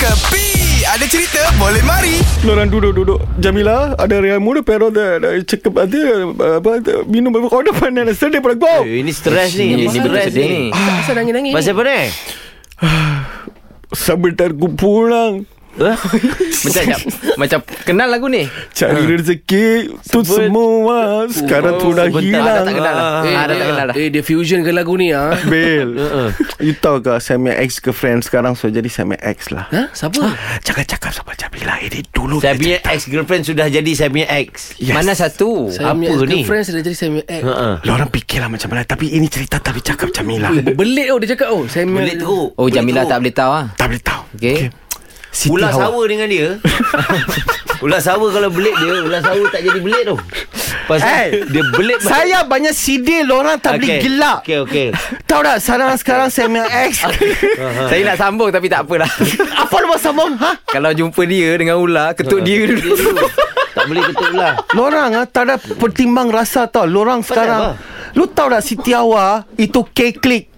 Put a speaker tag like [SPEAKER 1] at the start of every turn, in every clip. [SPEAKER 1] Kepi Ada cerita boleh mari
[SPEAKER 2] Orang duduk-duduk Jamila ada yang muda Pero dia, dia cakap Dia apa, dia minum Bapak kau depan Dia sedih pada kau
[SPEAKER 3] Eh, ini stres ni.
[SPEAKER 4] Ini
[SPEAKER 3] Ini
[SPEAKER 4] betul
[SPEAKER 3] stres
[SPEAKER 4] sedih
[SPEAKER 3] ni.
[SPEAKER 4] ni.
[SPEAKER 5] Pasal nangis-nangis
[SPEAKER 3] Pasal apa ni?
[SPEAKER 2] Sebentar ku pulang
[SPEAKER 3] Huh?
[SPEAKER 4] Macam macam, macam kenal lagu ni.
[SPEAKER 2] Cari rezeki Tu
[SPEAKER 3] Seben-
[SPEAKER 2] semua Sekarang tu dah
[SPEAKER 3] Oh, sebentar.
[SPEAKER 2] hilang
[SPEAKER 3] Dah tak kenal lah.
[SPEAKER 4] Eh,
[SPEAKER 3] Ah, dah
[SPEAKER 4] dia-
[SPEAKER 3] tak kenal lah.
[SPEAKER 4] Eh, dia fusion ke lagu ni ah.
[SPEAKER 2] Bil You tahu ke Saya punya ex-girlfriend sekarang So jadi saya punya ex lah
[SPEAKER 4] Ha? Siapa?
[SPEAKER 2] Cakap-cakap sama Jamila Ini dulu
[SPEAKER 3] Saya punya ex-girlfriend sudah jadi saya punya ex.
[SPEAKER 2] Yes.
[SPEAKER 4] Mana satu? Saya
[SPEAKER 3] Apa
[SPEAKER 4] punya
[SPEAKER 3] ni?
[SPEAKER 4] Girlfriend sudah jadi saya punya ex.
[SPEAKER 3] Ha-ha.
[SPEAKER 2] Lorang fikirlah macam mana Tapi ini cerita Tapi cakap Jamila
[SPEAKER 4] Belit oh dia cakap oh saya
[SPEAKER 3] Boleh
[SPEAKER 4] punya-
[SPEAKER 3] teruk.
[SPEAKER 4] Oh Jamila
[SPEAKER 3] teruk.
[SPEAKER 4] tak boleh tahu ah.
[SPEAKER 2] Tak boleh tahu
[SPEAKER 4] Okey.
[SPEAKER 2] Siti
[SPEAKER 3] Ular
[SPEAKER 2] Hawa.
[SPEAKER 3] sawa dengan dia. ular sawa kalau belit dia, ular sawa tak jadi belit tu. Pasal
[SPEAKER 2] Eh,
[SPEAKER 3] dia belit
[SPEAKER 2] Saya banyak sidil Lorang tak boleh gelak
[SPEAKER 3] Okey okey.
[SPEAKER 2] Tahu tak sekarang sekarang saya punya ex. Ah. Ha.
[SPEAKER 4] Saya nak sambung tapi tak apalah.
[SPEAKER 2] Apa lu sambung? Ha?
[SPEAKER 4] Kalau jumpa dia dengan ular, ketuk dia dulu.
[SPEAKER 3] tak boleh ketuk ular.
[SPEAKER 2] Lorang ah, tak ada pertimbang rasa tau. Lorang sekarang. Lu tahu tak Siti Hawa itu K-Click.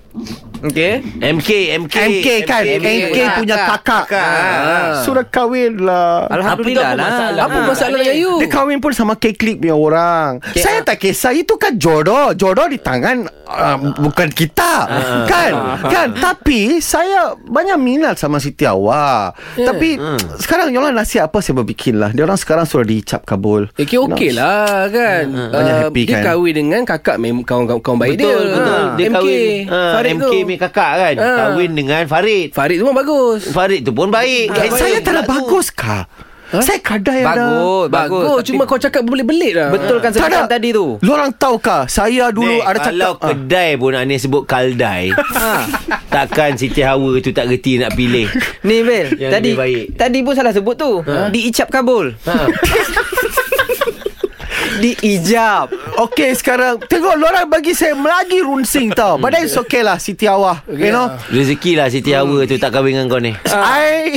[SPEAKER 4] Okey.
[SPEAKER 3] MK MK
[SPEAKER 2] MK kan MK
[SPEAKER 4] Kakak.
[SPEAKER 2] punya kakak Ah. Sudah kahwin lah
[SPEAKER 3] Apa itu,
[SPEAKER 4] Alhamdulillah lah.
[SPEAKER 3] apa masalah?
[SPEAKER 4] Apa masalah dengan you?
[SPEAKER 2] Dia kahwin pun sama K-Click punya orang Saya tak kisah Itu kan jodoh Jodoh di tangan uh, Bukan kita Kan Kan Tapi Saya Banyak minat sama Siti Hawa Tapi Sekarang Yolah nasihat apa Saya berbikin lah Dia orang sekarang Sudah dicap kabul
[SPEAKER 4] Eh, okay,
[SPEAKER 2] You
[SPEAKER 4] okay
[SPEAKER 2] know,
[SPEAKER 4] lah kan
[SPEAKER 2] Banyak
[SPEAKER 4] Ah,
[SPEAKER 2] happy kan?
[SPEAKER 4] Dia kahwin dengan kakak mem- Kawan-kawan kawan baik
[SPEAKER 3] Betul
[SPEAKER 4] dia
[SPEAKER 3] betul.
[SPEAKER 4] Ah,
[SPEAKER 3] Dia
[SPEAKER 4] MK
[SPEAKER 3] kahwin ah,
[SPEAKER 4] Farid
[SPEAKER 3] MK
[SPEAKER 4] tu
[SPEAKER 3] punya kakak kan.
[SPEAKER 4] Ah.
[SPEAKER 3] Kahwin dengan Farid.
[SPEAKER 4] Farid tu pun bagus
[SPEAKER 3] Farid tu pun baik.
[SPEAKER 2] eh, Saya tak ada
[SPEAKER 3] Pula tu.
[SPEAKER 2] bagus kah Saya kadai ada
[SPEAKER 4] Bagus Bagus Cuma kau cakap belit-belit lah
[SPEAKER 5] Betulkan
[SPEAKER 2] Tak ada
[SPEAKER 5] sebutan tadi tu
[SPEAKER 2] Lorang tahu kah Saya dulu
[SPEAKER 3] Nek,
[SPEAKER 2] ada
[SPEAKER 3] kalau
[SPEAKER 2] cakap ah.
[SPEAKER 3] kedai pun Anis sebut kaldai Takkan Siti Hawa tu tak gerti nak pilih
[SPEAKER 5] Ni Bel
[SPEAKER 3] Yang
[SPEAKER 5] Tadi
[SPEAKER 3] lebih baik. Ha?
[SPEAKER 5] Tadi pun salah sebut tu Diicap kabul Diijab
[SPEAKER 2] Okay sekarang Tengok lorang bagi saya Lagi runsing tau But that's okay lah Siti Hawa You know
[SPEAKER 3] Rezeki lah Siti Hawa tu tak kahwin dengan kau ni
[SPEAKER 2] I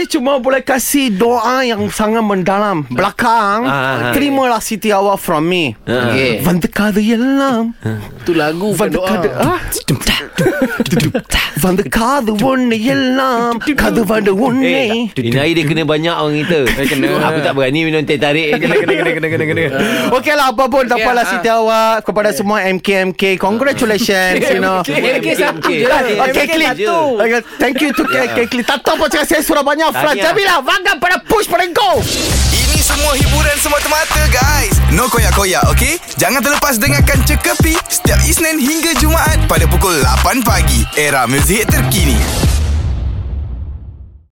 [SPEAKER 2] I cuma boleh kasih doa yang sangat mendalam Belakang
[SPEAKER 3] Ah, Eh. ah, ah.
[SPEAKER 2] Terimalah Siti Hawa from me
[SPEAKER 4] Okay.
[SPEAKER 2] Vandekadu yelam
[SPEAKER 3] Eh.
[SPEAKER 4] Tu lagu bukan
[SPEAKER 2] Vandekadu
[SPEAKER 4] doa
[SPEAKER 2] ah? Vandekadu wunne yelam Kadu vandu wunne
[SPEAKER 3] Ini hari Eh, dia kena banyak orang kita kena. Aku tak berani minum teh tarik Kena kena kena kena kena, kena.
[SPEAKER 2] Okey lah apa pun Tak
[SPEAKER 4] Okay,
[SPEAKER 2] apalah
[SPEAKER 4] ah.
[SPEAKER 2] Siti Hawa Kepada
[SPEAKER 3] Eh.
[SPEAKER 2] semua MKMK Congratulations You know
[SPEAKER 4] MK satu
[SPEAKER 3] MK.
[SPEAKER 4] je lah dia.
[SPEAKER 2] Okay,
[SPEAKER 5] MK
[SPEAKER 2] clean.
[SPEAKER 5] satu.
[SPEAKER 2] Okay, thank you to KK Clean. Tak tahu apa cakap saya surah banyak. Fran
[SPEAKER 3] Tahniah.
[SPEAKER 2] Jamila, bangga lah, pada push pada go.
[SPEAKER 1] Ini semua hiburan semata-mata guys No koyak-koyak ok Jangan terlepas dengarkan Cekapi Setiap Isnin hingga Jumaat Pada pukul 8 pagi Era muzik terkini